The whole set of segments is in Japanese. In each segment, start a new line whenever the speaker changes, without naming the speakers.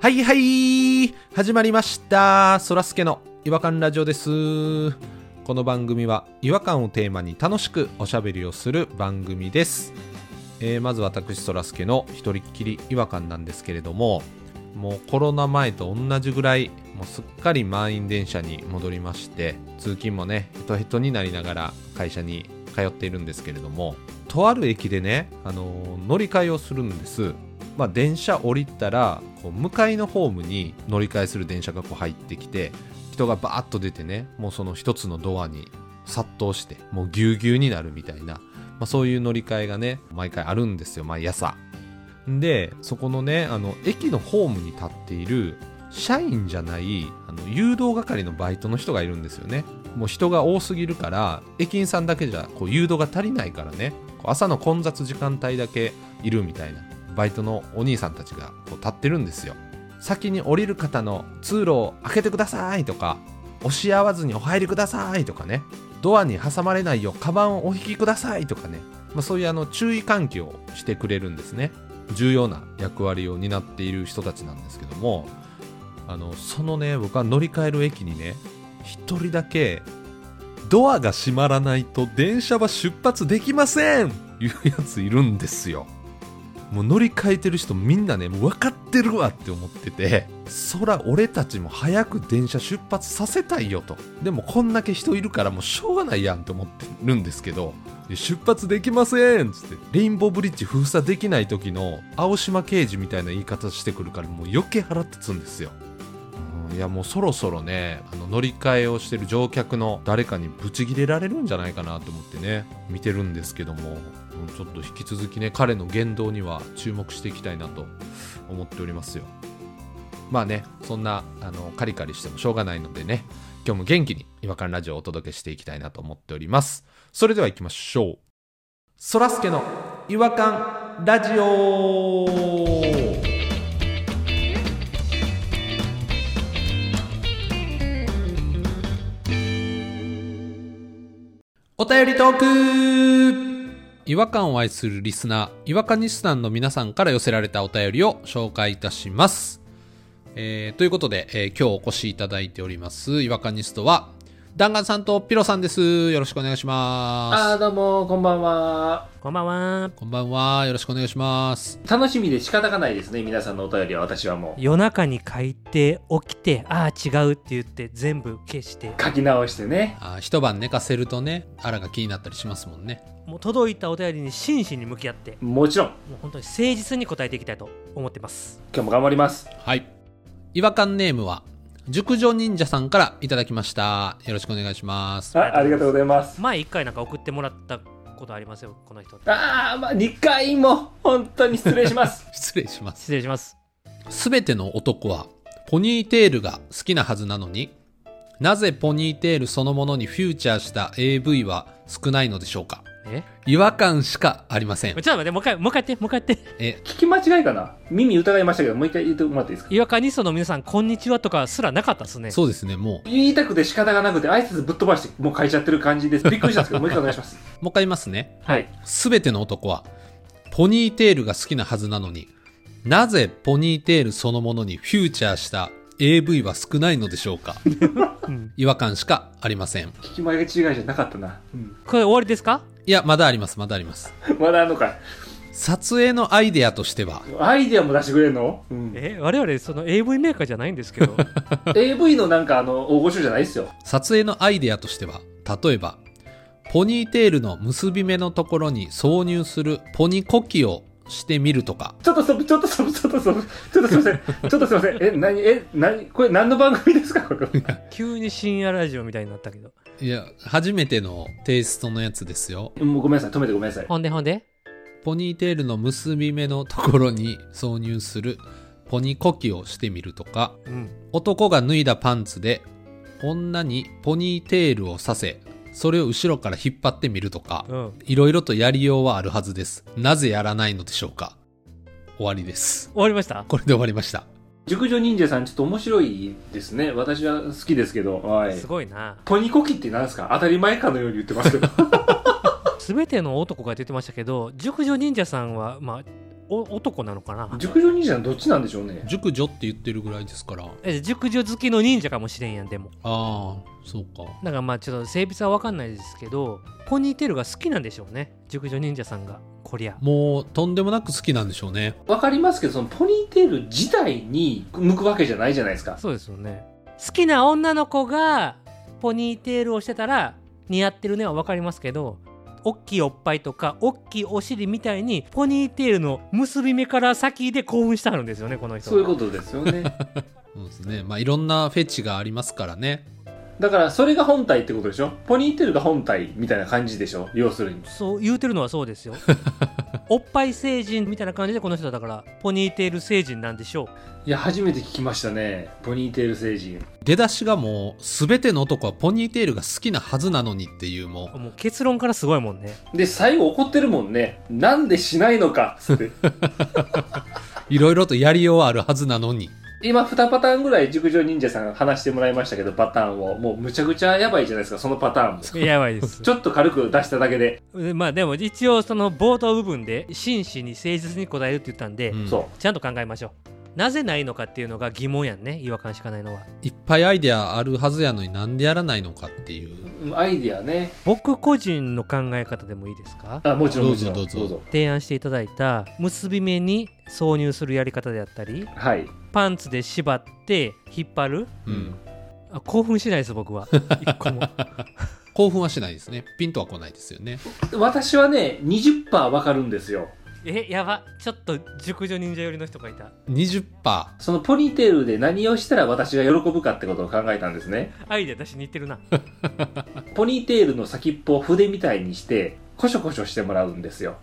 はいはい始まりましたそらすけの違和感ラジオですこの番組は違和感をテーマに楽しくおしゃべりをする番組です、えーまず私そらすけの一人っきり違和感なんですけれどももうコロナ前と同じぐらいもうすっかり満員電車に戻りまして通勤もねヘトヘトになりながら会社に通っているんですけれどもとある駅でね、あのー乗り換えをするんですまあ、電車降りたらこう向かいのホームに乗り換えする電車がこう入ってきて人がバーッと出てねもうその一つのドアに殺到してもうぎゅうぎゅうになるみたいな、まあ、そういう乗り換えがね毎回あるんですよ毎朝でそこのねあの駅のホームに立っている社員じゃないあの誘導係のバイトの人がいるんですよねもう人が多すぎるから駅員さんだけじゃこう誘導が足りないからねこう朝の混雑時間帯だけいるみたいなバイトのお兄さんたちがこう立ってるんですよ先に降りる方の通路を開けてくださいとか押し合わずにお入りくださいとかねドアに挟まれないようカバンをお引きくださいとかね、まあ、そういうあの注意喚起をしてくれるんですね重要な役割を担っている人たちなんですけどもあのそのね僕は乗り換える駅にね一人だけドアが閉まらないと電車は出発できませんいうやついるんですよもう乗り換えてる人みんなねもう分かってるわって思っててそら俺たちも早く電車出発させたいよとでもこんだけ人いるからもうしょうがないやんって思ってるんですけどで出発できませんっつってレインボーブリッジ封鎖できない時の青島刑事みたいな言い方してくるからもう余計腹立つんですようんいやもうそろそろねあの乗り換えをしてる乗客の誰かにブチギレられるんじゃないかなと思ってね見てるんですけどもうんちょっと引き続きね彼の言動には注目していきたいなと思っておりますよまあねそんなあのカリカリしてもしょうがないのでね今日も元気に違和感ラジオをお届けしていきたいなと思っておりますそれでは行きましょうそらすけの違和感ラジオお便りトーク違和感を愛するリスナー、違和感ニスナンの皆さんから寄せられたお便りを紹介いたします。えーということで、えー今日お越しいただいております、違和感ニストは、弾丸さんとピロさんです。よろしくお願いし
あ
ま
ーどうもこんばんは
こんばんは
す。。こんばんは。よろしくお願いします。
楽しみで仕方がないですね皆さんのお便りは私はも
夜中に書いて起きてああ違うって言って全部消して
う書き直してね
あー一晩寝かせるとね、あらが気になったりしますもんね。
もう届いたお便りに真摯に向き合って
もちろん
もう本当に誠実に答えていきたいと思ってます
今日も頑張ります
はい。違和感ネームは、熟女忍者さんからいただきました。よろしくお願いします。
あありがとうございます
前一回なんか送ってもらったことありますよこの人
あーまあ2回も本当に失礼します
失礼します。
失礼します
すべての男はポニーテールが好きなはずなのになぜポニーテールそのものにフューチャーした AV は少ないのでしょうか
え
違和感しかありませ
ちょ
ん
っと待ってもう一回もう一回やってもう一回やって
え
聞き間違いかな耳疑いましたけどもう一回言ってもらっていいですか
違和感ニストの皆さんこんにちはとかすらなかったですね
そうですねもう
言いたくて仕方がなくて挨拶ぶっ飛ばしてもう書いちゃってる感じですびっくりしたんです けどもう一回お願いします
もう一回言いますね
はい
すべての男はポニーテールが好きなはずなのになぜポニーテールそのものにフューチャーした AV は少ないのでしょうか
うん
違和感しかありません
聞き間違いじゃなかったな、うん、
これ終わりですか
いやまだありますまだあります
まだあんのかい
撮影のアイデアとしては
アイディアも出してくれるの、うん、
え我々その AV メーカーじゃないんですけど
AV のなんかあの大御所じゃないですよ
撮影のアイデアとしては例えばポニーテールの結び目のところに挿入するポニコキをしてみるとか
ちょっとストップ、ちょっとストップ、ちょっとストップ、ちょっとすいません、ちょっとすいません、え、何、え、何、これ何の番組ですか、これ。
急に深夜ラジオみたいになったけど
いや初めてのテイストのやつですよ
もうごめんなさい、止めてごめんなさい。
ほんでほんで
ポニーテールの結び目のところに挿入するポニコキをしてみるとか
うん
男が脱いだパンツで女にポニーテールをさせそれを後ろから引っ張ってみるとか
うん
いろいろとやりようはあるはずですなぜやらないのでしょうか終わりです
終わりました
これで終わりました
熟女忍者さん、ちょっと面白いですね。私は好きですけど、はい。
すごいな
ポニコキって何ですか当たり前かのように言ってますけど。
全ての男が出てましたけど熟女忍者さんはまあお男なのかな
熟女兄ちゃんどっちなんでしょうね
熟女って言ってるぐらいですからあ
え熟女好きの忍者かもしれんやんでも
あそうか
だからまあちょっと性別は分かんないですけどポニーテールが好きなんでしょうね熟女忍者さんがこりゃ
もうとんでもなく好きなんでしょうね
わかりますけどそのポニーテール自体に向くわけじゃないじゃないですか
そうですよね好きな女の子がポニーテールをしてたら似合ってるねは分かりますけどおっきいおっぱいとかおっきいお尻みたいにポニーテールの結び目から先で興奮してあるんですよねこの人
そういうことですよ ね
そうですねまあいろんなフェチがありますからね
だからそれが本体ってことでしょポニーテールが本体みたいな感じでしょ要するに
そう言うてるのはそうですよおっぱい成人みたいな感じでこの人はだからポニーテール成人なんでしょ
いや初めて聞きましたねポニーテール星人
出だしがもう全ての男はポニーテールが好きなはずなのにっていうもう
うもう結論からすごいもんね
で最後怒ってるもんねなんでしないのか っつって
いろいろとやりようはあるはずなのに
今2パターンぐらい熟女忍者さんが話してもらいましたけどパターンをもうむちゃくちゃやばいじゃないですかそのパターンも
やばいです
ちょっと軽く出しただけで、
でまあでも一応その冒頭部分で真摯に誠実に答えるって言ったんで、
うん
そ
ちゃんと考えましょうなぜないのかっていうのが疑問やんね違和感しかないのはい
っぱいアイデアあるはずやのになんでやらないのかっていう
うアイディアね
僕個人の考え方でもいいですか
あもちろんもちろん
どうぞどうぞ
提案していただいた結び目に挿入するやり方であったり
はい
パンツで縛って引っ張る
うん
あ興奮しないです僕は一個も
興奮はしないですねピンとは来ないですよね
私はね20%わかるんですよ
えやばちょっと熟女忍者寄りの人がいた
20%
そのポニーテールで何をしたら私が喜ぶかってことを考えたんですね
アイデア出しに行ってるな
ポニーテールの先っぽを筆みたいにしてコショコショしてもらうんで すよ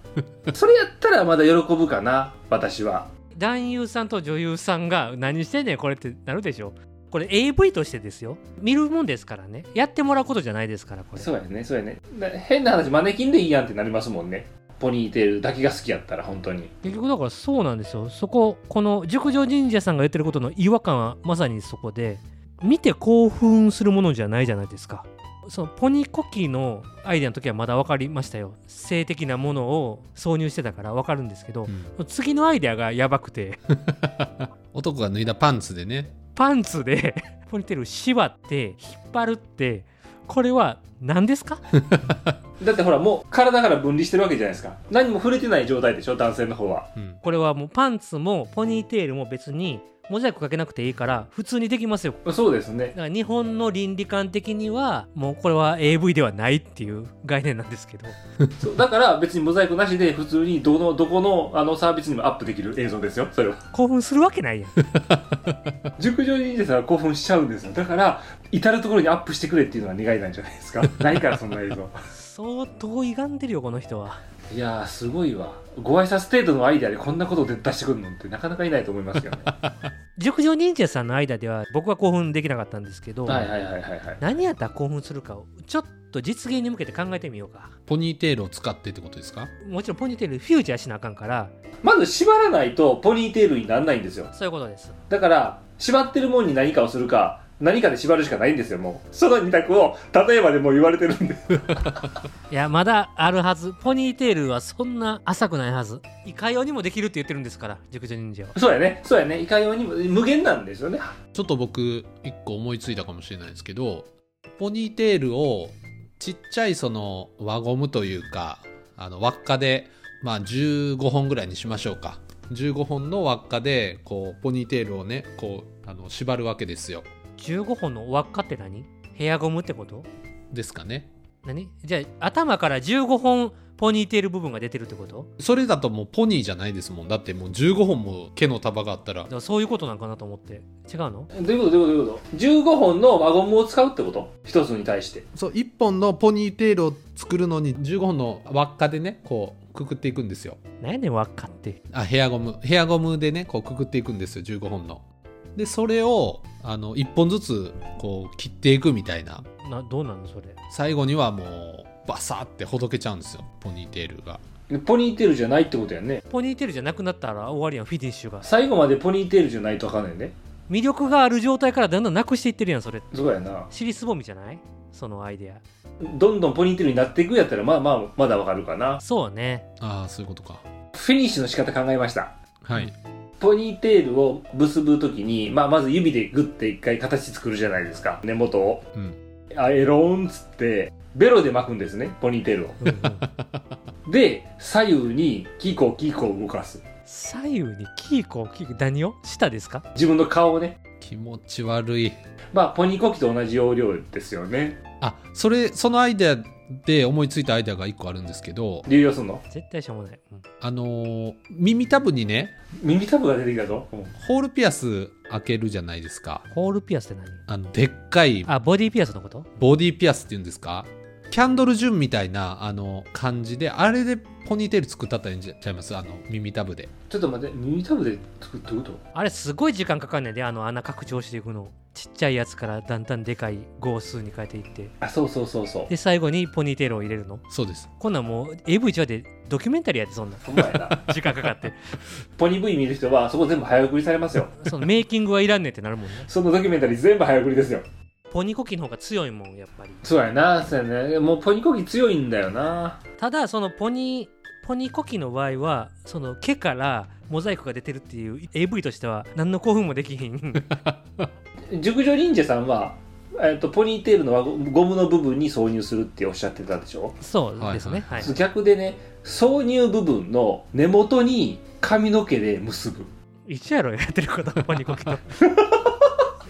それやったらまだ喜ぶかな私は
男優さんと女優さんが何してんねんこれってなるでしょこれ AV としてですよ見るもんですからねやってもらうことじゃないですからこれ
そうやねそうやねな変な話マネキンでいいやんってなりますもんねポニーテールだけが好きやったら本当に
結局だからそうなんですよそここの熟女神社さんが言ってることの違和感はまさにそこで見て興奮するものじゃないじゃないですかそのポニコキのアイデアの時はまだ分かりましたよ性的なものを挿入してたから分かるんですけど
うん
次のアイデアがやばくて
男が脱いだパンツでね
パンツで ポニーテール縛って引っ張るってこれは何ですか
だってほらもう体から分離してるわけじゃないですか何も触れてない状態でしょ男性の方は
うん
これはもうパンツもポニーテールも別にモザイクかけなくていいから普通にできますよ
そうですね
だから日本の倫理観的にはもうこれは AV ではないっていう概念なんですけど
そうだから別にモザイクなしで普通にどのどこのあのサービスにもアップできる映像ですよ それは
興奮するわけないやん
熟女忍者さんは興奮しちゃうんですよだから至る所にアップしてくれっていうのが願いなんじゃないです かないからそんな映像
相当歪んでるよこの人はい
やーすごいわご挨拶程度のアイデアでこんなことで出してくるのってなかなかいないと思いますけど ね
熟女忍者さんの間では僕は興奮できなかったんですけど、
はいはいはいはいはい
何やったら興奮するかをちょっと実現に向けて考えてみようか
ポニーテールを使ってってことですか
もちろんポニーテールフューチャーしなあかんから
まず縛らないとポニーテールにならないんですよ
そういうことです
だから縛ってるもんに何かをするか何かで縛るしかないんですよもうその二択を例えばでもう言われてるんで
いやまだあるはずポニーテールはそんな浅くないはずいかようにもできるって言ってるんですから熟女忍者は
そうやねそうやねいかようにも無限なんですよね
ちょっと僕一個思いついたかもしれないですけどポニーテールをちっちゃいその輪ゴムというかあの輪っかでまあ15本ぐらいにしましょうか15本の輪っかでこうポニーテールをねこうあの縛るわけですよ
15本の輪っかって何ヘアゴムってこと
ですかね
何じゃあ頭から15本ポニーテール部分が出てるってこと
それだともうポニーじゃないですもんだってもう15本も毛の束があったら
だからそういうことなんかなと思って違う
ど
の
ういうことどういうことどういうこと ?15 本の輪ゴムを使うってこと一つに対して。
そう1本のポニーテールを作るのに15本の輪っかでねこうくくっていくんですよ
何やねん輪っかって
あヘアゴムヘアゴムでねこうくくっていくんですよ15本のでそれをあの1本ずつこう切っていくみたいな
などうなのそれ
最後にはもうバサーってほどけちゃうんですよポニーテールが
ポニーテールじゃないってことやんね。
ポニーテールじゃなくなったら終わりやんフィニッシュが
最後までポニーテールじゃないとわかんないね。
魅力がある状態からだんだんなくしていってるやんそれ
そうやな。
尻すぼみじゃないそのアイデ
どんどんポニーテールになっていくやったら、まあまあ、まだわかるかな
ア。そうね
ああそういうことか
フィニッシュの仕方考えました。
はい。
ポニーテールを結ぶときに、まあ、まず指でグッて一回形作るじゃないですか。根元を。
うん。
あ、エローンっつって、ベロで巻くんですね、ポニーテールを。
うんうん
で、左右にキーコーキーコー動かす。
左右にキーコーキーコー何を下ですか
自分の顔をね。
気持ち悪い。
まあ、ポニーコキと同じ要領ですよね。
あ、それ、そのアイデアで思いついたアイデアが一個あるんですけど、
流用すんの。
絶対しょうもない、うん
あのー耳たぶにね、
耳たぶが出てきたぞ。
ホールピアス開けるじゃないですか。
ホールピアスって何
あの、でっかい
あボディーピアスのこと
ボディピアスっていうんですかキャンドル・ジュンみたいなあの感じであれでポニーテール作ったったらいいんちゃいますあの耳たぶで
ちょっと待って、耳たぶで作ってこと
あれすごい時間かかんねんであの穴拡張していくのちっちゃいやつからだんだんでかい号数に変えていって
あ、そうそうそうそう。
で最後にポニーテールを入れるの
そうです
こんなんもう AV1 話でドキュメンタリーやってそんなん
ほんまやな。
時間かかって
ポニー V 見る人は、そこ全部早送りされますよ。
そのメイキングはいらんねんってなるもんね
そのドキュメンタリー全部早送りですよ。
ポニコキの方が強いもんやっぱり
そうやな、そうやね。もうポニーコキ強いんだよな。
ただそのポニポニコキの場合はその毛からモザイクが出てるっていう AV としては何の興奮もできひん
熟女忍者さんは、えっと、ポニーテールの輪ゴゴムの部分に挿入するっておっしゃってたでしょ、
そうですねはい、
逆でね挿入部分の根元に髪の毛で結ぶ
一緒やろやってることポニコ キと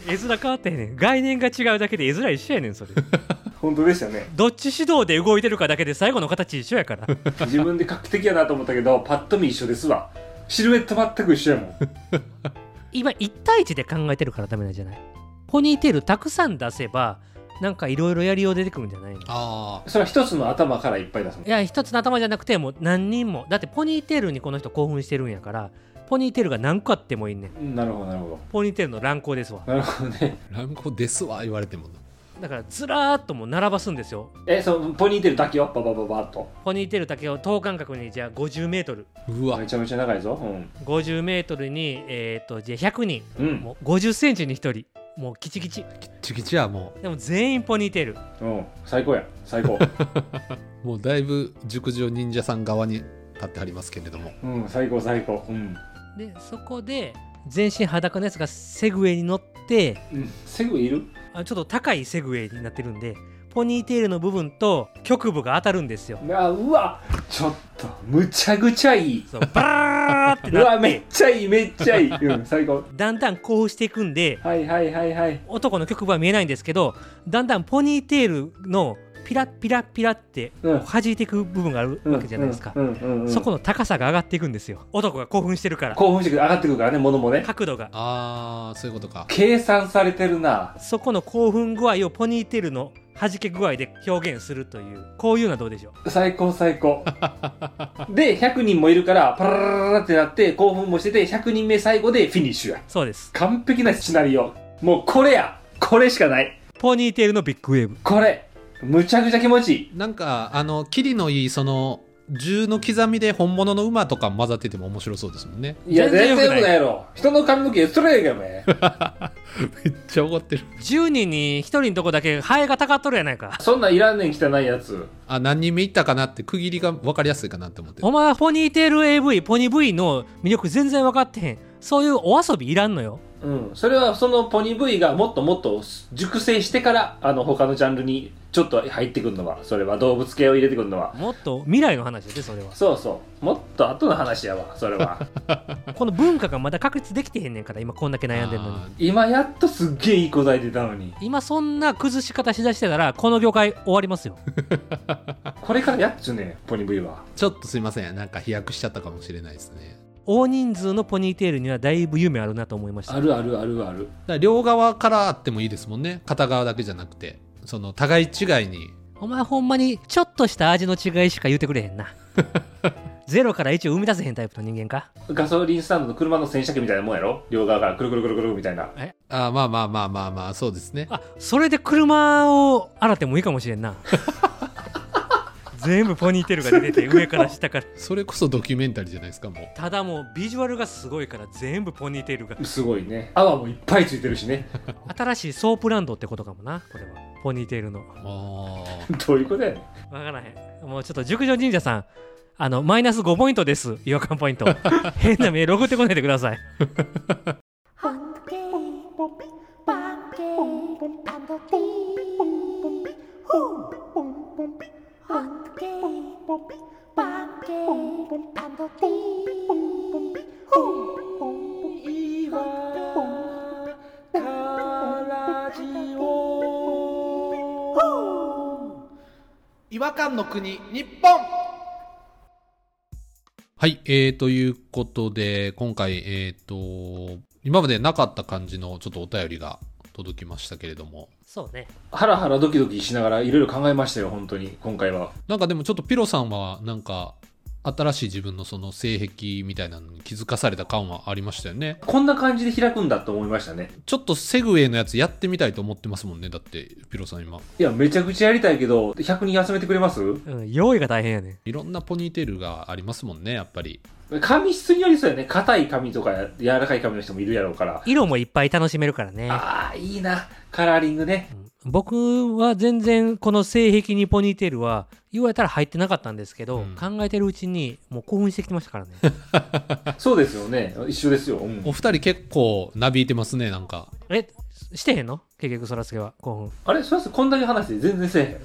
絵面変わってへんねん概念が違うだけで絵面一緒やねんそれ
本当でした ね
どっち指導で動いてるかだけで最後の形一緒やから
自分で画期的やなと思ったけどパッと見一緒ですわシルエット全く一緒やもん
今1対1で考えてるからダメなんじゃないポニーテールたくさん出せばなんかいろいろやりよう出てくるんじゃないのい
あ
それは一つの頭からいっぱい出すの
や一つの頭じゃなくてもう何人もだってポニーテールにこの人興奮してるんやからポニーテールが何個あってもいいねん
うんなるほどなるほ
ポニーテールの乱行ですわ
どなるほどね
あ乱行ですわ言われてもな
だからずらーっともう並ばすんですよ
えそのポニーテールだけをババババッと
ポニーテールだけを等間隔にじゃあ50メートル
うわ
めちゃめちゃ長いぞうん
50メートルにえっ、とじゃあ100人
うん
もう50センチに1人もうキチキチ
チキチはも
でも全員ポニーテール
うん最高や最 高
うもうだいぶ熟女忍者さん側に立ってはりますけれども
うん最高最高うん
でそこで全身裸のやつがセグウェイに乗って
うんセグいる
あちょっと高いセグウェイになってるんでポニーテールの部分と局部が当たるんですよ
あうわちょっとむちゃくちゃいい
そうバーって
う
な
わめっちゃいいめっちゃいいうん最高
だんだん興奮していくんで
はいはいはいはい
男の局部は見えないんですけどだんだんポニーテールのピラッピラッピラって
うん
弾いていく部分がある
うん
わけじゃないですか、
うんうんうん
そこの高さが上がっていくんですよ男が興奮してるから
興奮してくる上がってくるからね物もね
角度が
ああそういうことか
計算されてるな
そこの興奮具合をポニーテールの弾け具合で表現するというこういうのはどうでしょう
最高最高で100人もいるからパラララララってなって興奮もしてて100人目最後でフィニッシュや
そうです
完璧なシナリオもうこれやこれしかない
ポニーテールのビッグウェーブ
これむちゃくちゃ気持ちいい
なんかあのキリのいいその銃の刻みで本物の馬とか混ざってても面白そうですもんね
いや
全然
全然よ
良くな
く
い
ないやろ人の髪の毛それやがめ
めっちゃ怒ってる
10人に1人のとこだけハエがたかっとるやないか
そんなんいらんねん汚いやつ
あ何人目いったかなって区切りが分かりやすいかなって思って
お前はポニーテール AV ポニ V の魅力全然分かってへんそういうお遊びいらんのよ
うん、それはそのポニー V がもっともっと熟成してからあの他のジャンルにちょっと入ってくるのはそれは動物系を入れてくるのは
もっと未来の話でそれは
そうそうもっと後の話やわそれ は
この文化がまだ確立できてへんねんから今こんだけ悩んでんのに
あー
今やっとすっげえいい答え出たのに
今そんな崩し方しだしてたらこの業界終わりますよ
これからやっちゅうねポニー V は
ちょっとすいませんなんか飛躍しちゃったかもしれないですね
大人数のポニーテールにはだいぶ夢あるなと思いました
あるあるあるある
だから両側からあってもいいですもんね片側だけじゃなくてその互い違いに
お前ほんまにちょっとした味の違いしか言うてくれへんな ゼロから1を生み出せへんタイプの人間か
ガソリンスタンドの車の洗車機みたいなもんやろ両側からくるくるくるくるみたいな
あーまあまあまあまあまあそうですね
あそれで車を洗ってもいいかもしれ んな全部ポニーテールが出てて上から下から
それこそドキュメンタリーじゃないですかもう
ただもうビジュアルがすごいから全部ポニーテールが
すごいね泡もいっぱいついてるしね
新しいソープランドってことかもなこれはポニーテールの
あ
どういうことやねん
わからへんもうちょっと熟女神社さんあのマイナス5ポイントです違和感ポイン ト変なメール送ってこないでください
Hunky,
違和感の国日本はい、えー、ということで今回えっ、と今までなかった感じのちょっとお便りが届きましたけれども
そうね
ハラハラドキドキしながらいろいろ考えましたよ、本当に、今回は。
なんかでもちょっとピロさんはなんか新しい自分のその性癖みたいなのに気づかされた感はありましたよね
こんな感じで開くんだと思いましたね。
ちょっとセグウェイのやつやってみたいと思ってますもんねだってピロさん今
いや、めちゃくちゃやりたいけど、100人集めてくれます
うん、用意が大変やね
いろんなポニーテールがありますもんねやっぱり
髪質によりそうやね。硬い髪とかや柔らかい髪の人もいるやろうから。
色もいっぱい楽しめるからね
ああ、いいな。カラーリングね。
僕は全然この性癖にポニーテールは言われたら入ってなかったんですけ
う
ど、
ん
考えてるうちにもう興奮してきましたから ね
そうですよね。一緒ですよ。うん
お二人結構なびいてますねなんか
えしてへんの結局そらすけは興奮
あれそうすこんだけ話して全然せえ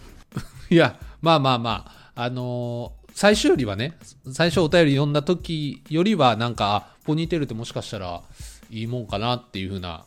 へん。
いや、まあまあまあ、あのー最初よりはね、最初お便り読んだ時よりは、なんか、あポニーテールってもしかしたらいいもんかなっていう風な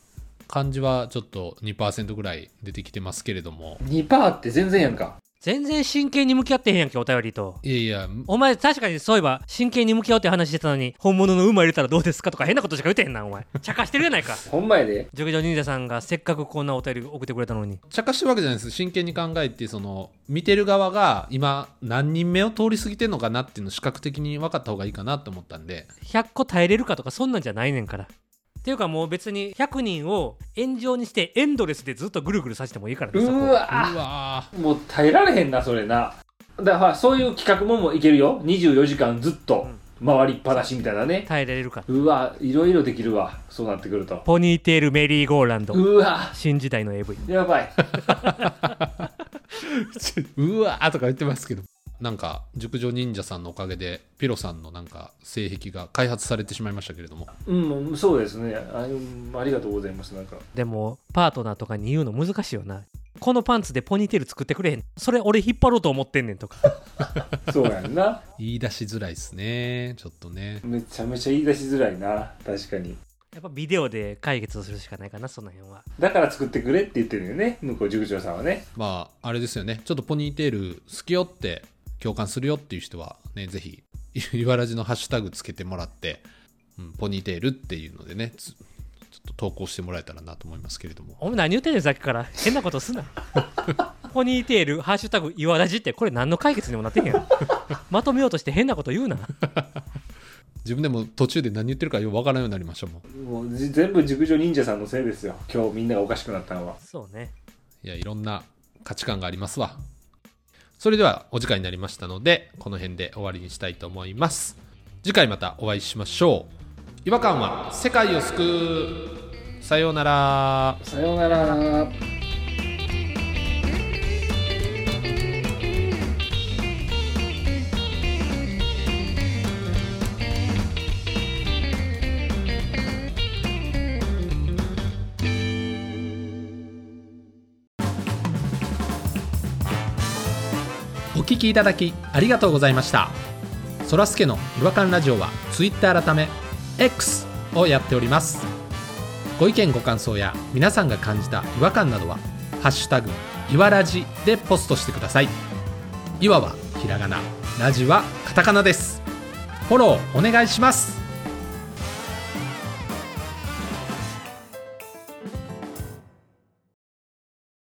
感じは、ちょっと2%ぐらい出てきてますけれども、
2%って全然やんか。
全然真剣に向き合ってへんやんけお便りと
いやいや、
お前確かにそういえば真剣に向き合おうって話してたのに本物の馬入れたらどうですかとか変なことしか言ってへんなお前茶化してる やないか
ほんまやで。
熟女忍者さんがせっかくこんなお便り送ってくれたのに
茶化してるわけじゃないです。真剣に考えて、その、見てる側が今、何人目を通り過ぎてんのかなっていうのを視覚的に分かった方がいいかなと思ったんで、
100個耐えれるかとかそんなんじゃないねんからっていうかもう別に100人を炎上にしてエンドレスでずっとぐるぐるさせてもいいからね
う
そこ
う
わ
わ
もう耐えられへんな、それな。だから、そういう企画ももういけるよ。24時間ずっと回りっぱなしみたいなね。
耐えられるか
うわいろいろできるわ。そうなってくると。
ポニーテールメリーゴーランド
うわ
新時代の AV
やばい。
ーうわーとか言ってますけど、なんか、熟女忍者さんのおかげで、ピロさんのなんか、性癖が開発されてしまいましたけれども、
うん、そうですねあ。うんありがとうございます。なんか。
でもパートナーとかに言うの難しいよなこのパンツでポニーテール作ってくれへんそれ俺引っ張ろうと思ってんねんとか
そうやんな。
言い出しづらいですね。ちょっとね。
めちゃめちゃ言い出しづらいな。確かに。
やっぱビデオで解決するしかないかなその辺は
だから作ってくれって言ってるよね。向こう塾長さんはね。
まあ、あれですよね。ちょっとポニーテール好きよって共感するよっていう人は、ね、ぜひ、 いわらじのハッシュタグつけてもらって、うん、ポニーテールっていうのでね、つちょっと投稿してもらえたらなと思いますけれども。
お前何言ってんねんさっきから変なことすな ポニーテールハッシュタグ岩ラジってこれ何の解決にもなってへんやん まとめようとして変なこと言うな
自分でも途中で何言ってるかよくわからんようになりましたもん。
もうじ全部塾長忍者さんのせいですよ。今日みんながおかしくなったのは。
そうね
いや、いろんな価値観がありますわ。それではお時間になりましたので、この辺で終わりにしたいと思います。次回またお会いしましょう。違和感は世界を救う。さようなら。
さようなら。
お聞きいただきありがとうございましたそらすけの違和感ラジオは Twitter 改め X をやっておりますご意見ご感想や皆さんが感じた違和感などは「ハッシュタグいわらじ」でポストしてくださいいわはひらがなラジはカタカナですフォローお願いします